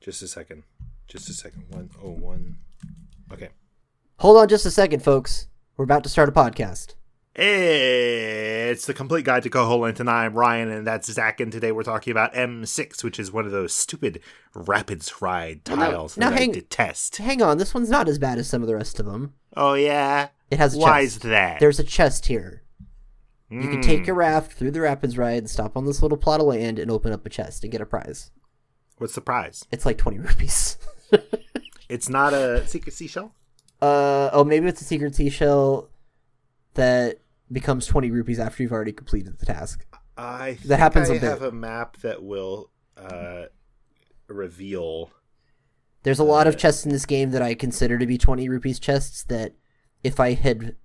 Just a second. Just a second. One oh one. Okay. Hold on just a second, folks. We're about to start a podcast. It's the complete guide to Koholint, and I'm Ryan, and that's Zach. And today we're talking about M6, which is one of those stupid rapids ride Well, now- tiles now that hang- I detest. Hang on, this one's not as bad as some of the rest of them. Oh yeah, It has a why chest. is that? There's a chest here. You can take Mm. your raft through the rapids ride and stop on this little plot of land and open up a chest and get a prize. What's the prize? It's like 20 rupees. It's not a secret seashell. uh, oh, maybe it's a secret seashell that becomes 20 rupees after you've already completed the task. I think happens I a bit. have a map that will uh, reveal. There's a lot of Uh, chests in this game that I consider to be 20 rupees chests that if I had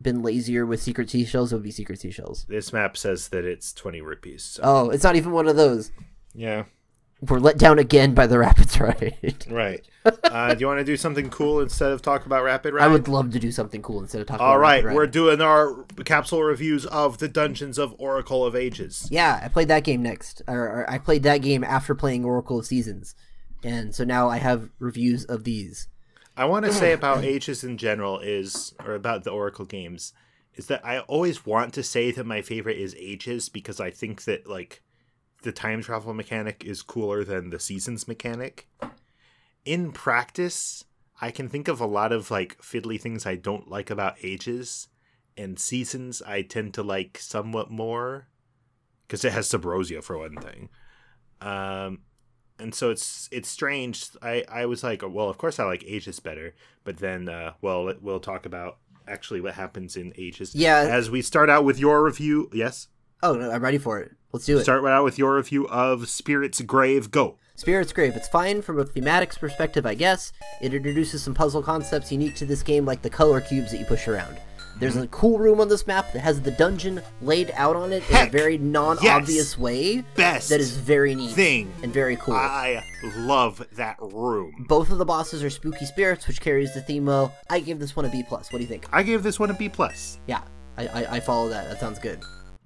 been lazier with secret seashells, it would be secret seashells. This map says that it's twenty rupees. So. Oh, it's not even one of those. Yeah, We're let down again by the rapids ride. right. uh, do you want to do something cool instead of talk about rapid ride? I would love to do something cool instead of talking All about right, Rapid Ride. we're doing our capsule reviews of the Dungeons of Oracle of Ages. Yeah, I played that game next. Or, or I played that game after playing Oracle of Seasons. And so now I have reviews of these. I want to say about Ages in general is, or about the Oracle games, is that I always want to say that my favorite is Ages because I think that like the time travel mechanic is cooler than the seasons mechanic. In practice, I can think of a lot of like fiddly things I don't like about Ages, and seasons I tend to like somewhat more because it has Subrosia for one thing. Um, and so it's it's strange. I I was like, well, of course I like Aegis better, but then uh, well, we'll talk about actually what happens in Aegis. Yeah. As we start out with your review, yes, Oh, no, I'm ready for it. Let's do it. start out with your review of Spirit's Grave. Go. Spirit's Grave. It's fine from a thematics perspective, I guess. It introduces some puzzle concepts unique to this game, like the color cubes that you push around. There's Mm-hmm. a cool room on this map that has the dungeon laid out on it in Heck, a very non-obvious yes. way. Best That is very neat thing. and very cool. I love that room. Both of the bosses are spooky spirits, which carries the theme of. I give this one a B plus. What do you think? I gave this one a B plus. Yeah, I, I, I follow that. That sounds good.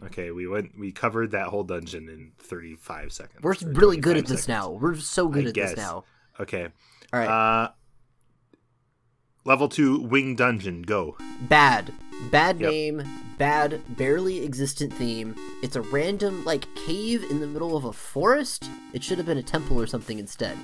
Okay, we went we covered that whole dungeon in 35 seconds. We're or really good at 25 this seconds. now. We're so good I at guess. this now. Okay. All right, Uh Level 2 Wing Dungeon, go. bad, bad yep. name, bad, barely existent theme. It's a random like cave in the middle of a forest. It should have been a temple or something instead.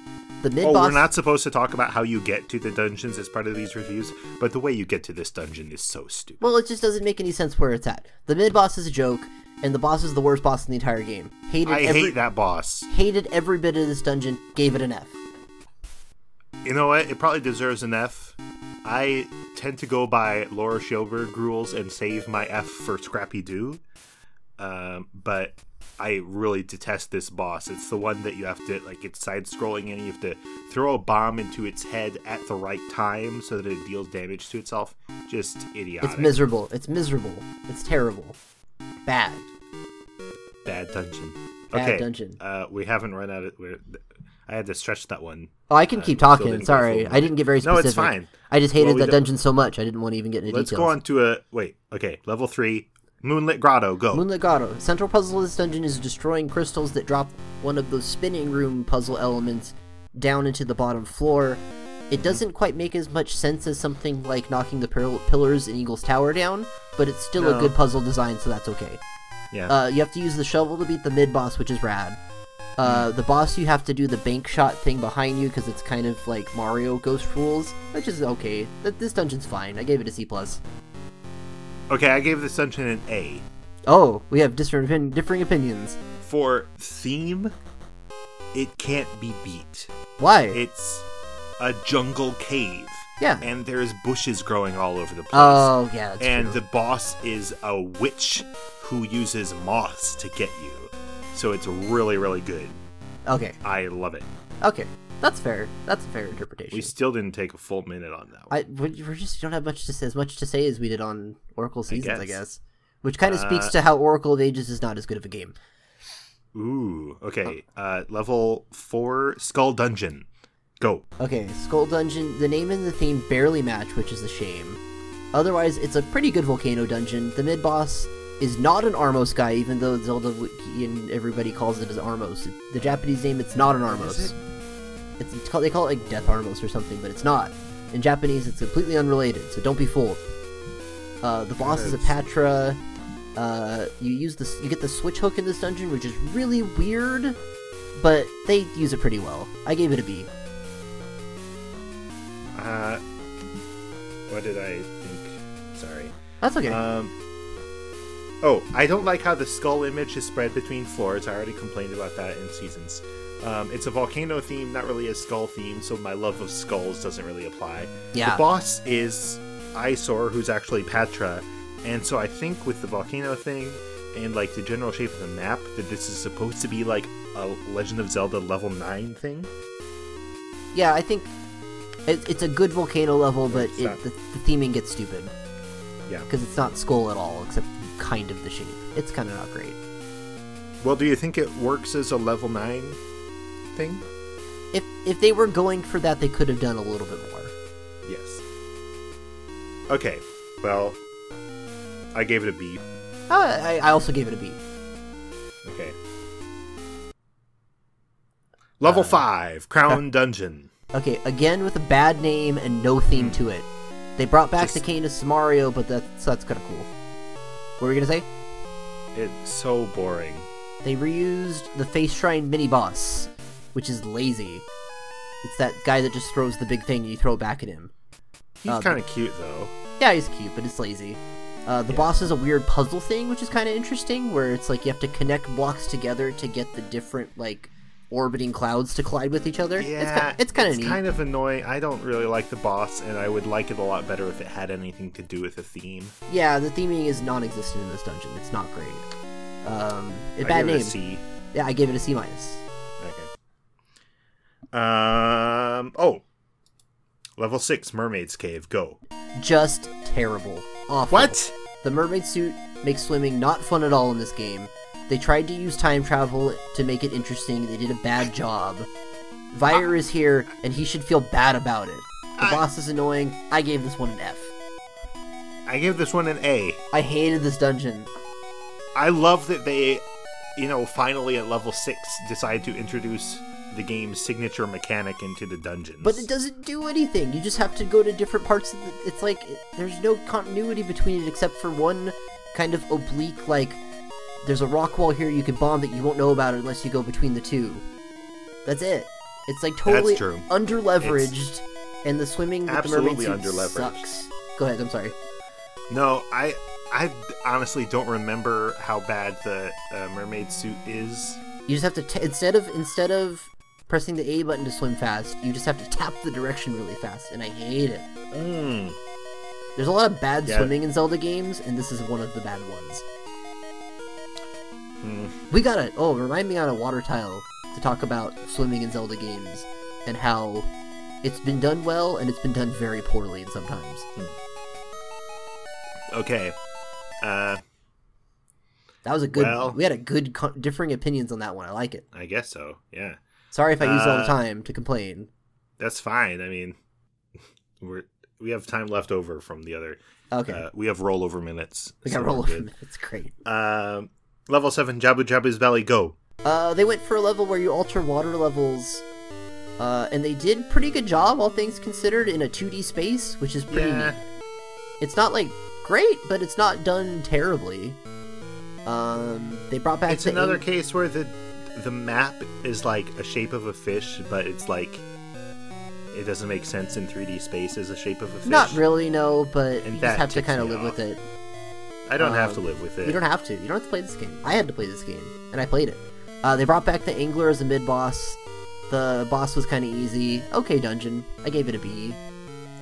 The mid Oh, boss. we're not supposed to talk about how you get to the dungeons as part of these reviews, but the way you get to this dungeon is so stupid. Well, it just doesn't make any sense where it's at. The mid boss is a joke, and the boss is the worst boss in the entire game. Hated I every hate that boss. hated every bit of this dungeon. Gave it an F. You know what? It probably deserves an F. I tend to go by Laura Schoberg rules and save my F for Scrappy Doo. Um, but I really detest this boss. It's the one that you have to, like, it's side scrolling and you have to throw a bomb into its head at the right time so that it deals damage to itself. Just idiotic. It's miserable. It's miserable. It's terrible. Bad. Bad dungeon. Bad okay. dungeon. Uh, we haven't run out of. We're, I had to stretch that one. Oh, I can keep still talking. didn't go Sorry, full I didn't get very No, specific. it's fine. I just Well, hated we that don't- dungeon so much. I didn't want to even get into Let's details. go on to a. Wait. Okay. Level three. Moonlit Grotto. Go. Moonlit Grotto. Central puzzle of this dungeon is destroying crystals that drop one of those spinning room puzzle elements down into the bottom floor. It doesn't quite make as much sense as something like knocking the pil- pillars in Eagle's Tower down, but it's still a No. good puzzle design, so that's okay. yeah. Uh, you have to use the shovel to beat the mid boss, which is rad. Uh, the boss, you have to do the bank shot thing behind you because it's kind of like Mario Ghost rules, which is okay. Th- this dungeon's fine. I gave it a C plus. Okay, I gave this dungeon an A. Oh, we have different opin- differing opinions. For theme, it can't be beat. Why? It's a jungle cave. Yeah. And there's bushes growing all over the place. oh yeah, that's and true. the boss is a witch who uses moths to get you. So it's really, really good. okay, I love it. okay, that's fair. That's a fair interpretation. We still didn't take a full minute on that one. I we we just don't have much to say, as much to say as we did on Oracle Seasons, I guess. guess. Which kind of speaks Uh, to how Oracle of Ages is not as good of a game. Ooh. Okay. Oh. Uh, level four, Skull Dungeon. Go. Okay, Skull Dungeon, the name and the theme barely match, which is a shame. Otherwise, it's a pretty good volcano dungeon. The mid boss is not an Armos guy, even though Zelda Wiki and everybody calls it as Armos. The Japanese name, it's not an Armos. It's, it's called, they call it like Death Armless or something, but it's not. In Japanese, it's completely unrelated, so don't be fooled. Uh, the boss is a Patra. Uh, you use this, you get the switch hook in this dungeon, which is really weird, but they use it pretty well. I gave it a B. Uh, what did I think? Sorry. That's okay. Um, oh, I don't like how the skull image is spread between floors. I already complained about that in seasons. Um, it's a volcano theme, not really a skull theme, so my love of skulls doesn't really apply. Yeah. The boss is Isor, who's actually Patra, and so I think with the volcano thing and like the general shape of the map, that this is supposed to be like a Legend of Zelda level nine thing. yeah, I think it, it's a good volcano level, but It's it, not- the, the theming gets stupid Yeah. because it's not skull at all, except kind of the shape. It's kind of not great. Well, do you think it works as a level nine thing? If if they were going for that, they could have done a little bit more. Yes. Okay, well, I gave it a B. Uh, I, I also gave it a B. Okay. Level 5, Crown Dungeon. Okay, again with a bad name and no theme to it. They brought back Hmm. Just- the Canis Mario, but that's that's kind of cool. What were you gonna say? It's so boring. They reused the Face Shrine mini boss, which is lazy. It's that guy that just throws the big thing and you throw it back at him. He's Uh, kind of cute, though. Yeah, he's cute, but it's lazy. Uh, the Yeah. boss is a weird puzzle thing, which is kind of interesting, where it's like you have to connect blocks together to get the different like orbiting clouds to collide with each other. Yeah, it's kind of neat. kind of annoying. I don't really like the boss, and I would like it a lot better if it had anything to do with a theme. Yeah, the theming is non-existent in this dungeon. It's not great. Um, a bad I give name. it a C. Yeah, I gave it a C minus. Okay. Um. Oh. Level six, Mermaid's Cave. Go. Just terrible. Awful. What? The mermaid suit makes swimming not fun at all in this game. They tried to use time travel to make it interesting. They did a bad job. Vire is here, and he should feel bad about it. The I- boss is annoying. I gave this one an F. I give this one an A. I hated this dungeon. I love that they, you know, finally at level six decide to introduce the game's signature mechanic into the dungeons. But it doesn't do anything. You just have to go to different parts. Of the, it's like it, there's no continuity between it except for one kind of oblique, like there's a rock wall here you can bomb that you won't know about unless you go between the two. That's it. It's like totally true. under leveraged, and the swimming with Absolutely the mermaid suit underleveraged. sucks. Go ahead. I'm sorry. no, I, I honestly don't remember how bad the uh, mermaid suit is. You just have to t- instead of instead of pressing the A button to swim fast, you just have to tap the direction really fast, and I hate it. Mm. There's a lot of bad Yeah. swimming in Zelda games, and this is one of the bad ones. Hmm. We gotta. Oh, remind me on a water tile to talk about swimming in Zelda games and how it's been done well and it's been done very poorly in sometimes. Okay. Uh, That was a good. Well- we had a good co- differing opinions on that one. I like it. I guess so. Yeah, Sorry if I used all the Uh, time to complain. that's fine. I mean, we're we have time left over from the other. Okay, Uh, we have rollover minutes. we got so roll we're over. good. it. It's great. Um, level seven, Jabu Jabu's Valley. Go. Uh, they went for a level where you alter water levels. Uh, and they did pretty good job, all things considered, in a 2D space, which is pretty Yeah. neat. It's not like great, but it's not done terribly. Um, they brought back it's the another aim- case where the the map is like a shape of a fish, but it's like it doesn't make sense in 3D space as a shape of a fish. Not really, no, but And you just that have to ticks kind of me live off. with it. I don't have um, to live with it. You don't have to. You don't have to play this game. I had to play this game, and I played it. Uh, they brought back the Angler as a mid boss. The boss was kind of easy. Okay, dungeon. I gave it a B.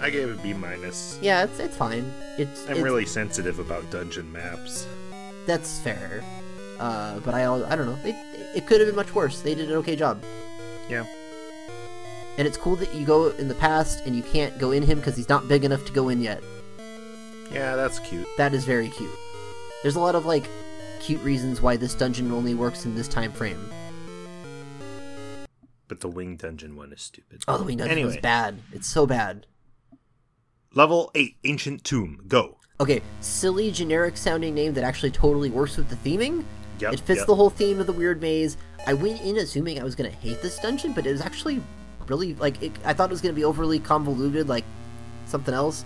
I gave it B minus. Yeah, it's it's fine. It's I'm it's- really sensitive about dungeon maps. that's fair. Uh, but I al- I don't know. It it could have been much worse. They did an okay job. Yeah. And it's cool that you go in the past and you can't go in him because he's not big enough to go in yet. Yeah, that's cute. That is very cute. There's a lot of like cute reasons why this dungeon only works in this time frame. But the wing dungeon one is stupid. Oh, the wing dungeon anyway, was bad. It's so bad. Level eight, ancient tomb. Go. Okay, silly generic sounding name that actually totally works with the theming. Yep, it fits yep. the whole theme of the weird maze. I went in assuming I was gonna hate this dungeon, but it was actually really like it, I thought it was going to be overly convoluted, like something else,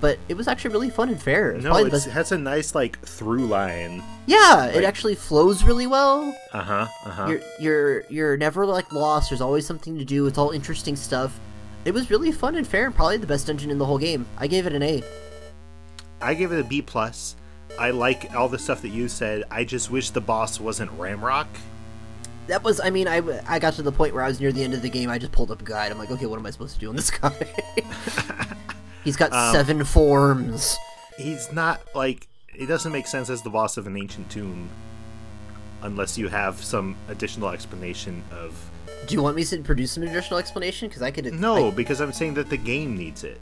but it was actually really fun and fair. It's No, probably the it's, best- it has a nice like through line. yeah, it like- actually flows really well. Uh huh. Uh huh. You're you're you're never like lost. There's always something to do. It's all interesting stuff. It was really fun and fair, and probably the best dungeon in the whole game. I gave it an A. I give it a B plus. I like all the stuff that you said. I just wish the boss wasn't Ramrock. That was, I mean, I, I got to the point where I was near the end of the game. I just pulled up a guide. I'm like, okay, what am I supposed to do on this guy? He's got Um, seven forms. He's not like it doesn't make sense as the boss of an ancient tomb, unless you have some additional explanation of. Do you want me to produce an additional explanation? Because I could. No, because I'm saying that the game needs it.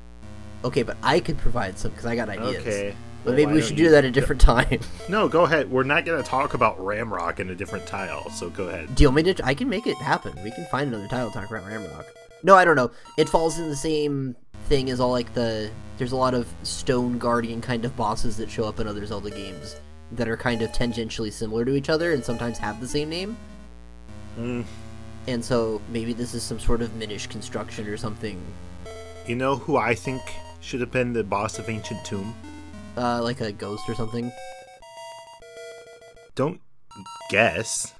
I- okay, but I could provide some because I got ideas. Okay. But Well, maybe why we don't should you- do that a different time. No, go ahead. We're not going to talk about Ramrock in a different tile, so go ahead. do you want me to? I can make it happen. We can find another title to talk about Ramrock. No, I don't know. It falls in the same thing as all like the. There's a lot of stone guardian kind of bosses that show up in other Zelda games that are kind of tangentially similar to each other and sometimes have the same name. And so maybe this is some sort of Minish construction or something, You know who I think should have been the boss of Ancient Tomb? uh, like a ghost or something. Don't guess.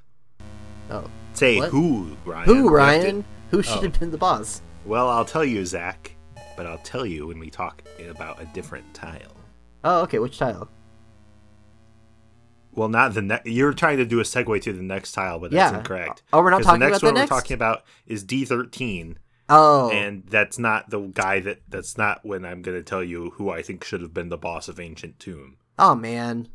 Oh, Say What? who, Ryan. who We have to- Ryan? Who should have been the boss? Well, I'll tell you, Zach, but I'll tell you when we talk about a different tile. Oh, okay. Which tile? Well, not the next. You're trying to do a segue to the next tile, but that's Yeah. incorrect. Oh, we're not 'Cause talking the next about the one next? we're talking about is D13, Oh, and that's not the guy that that's not when I'm going to tell you who I think should have been the boss of Ancient Tomb. oh man.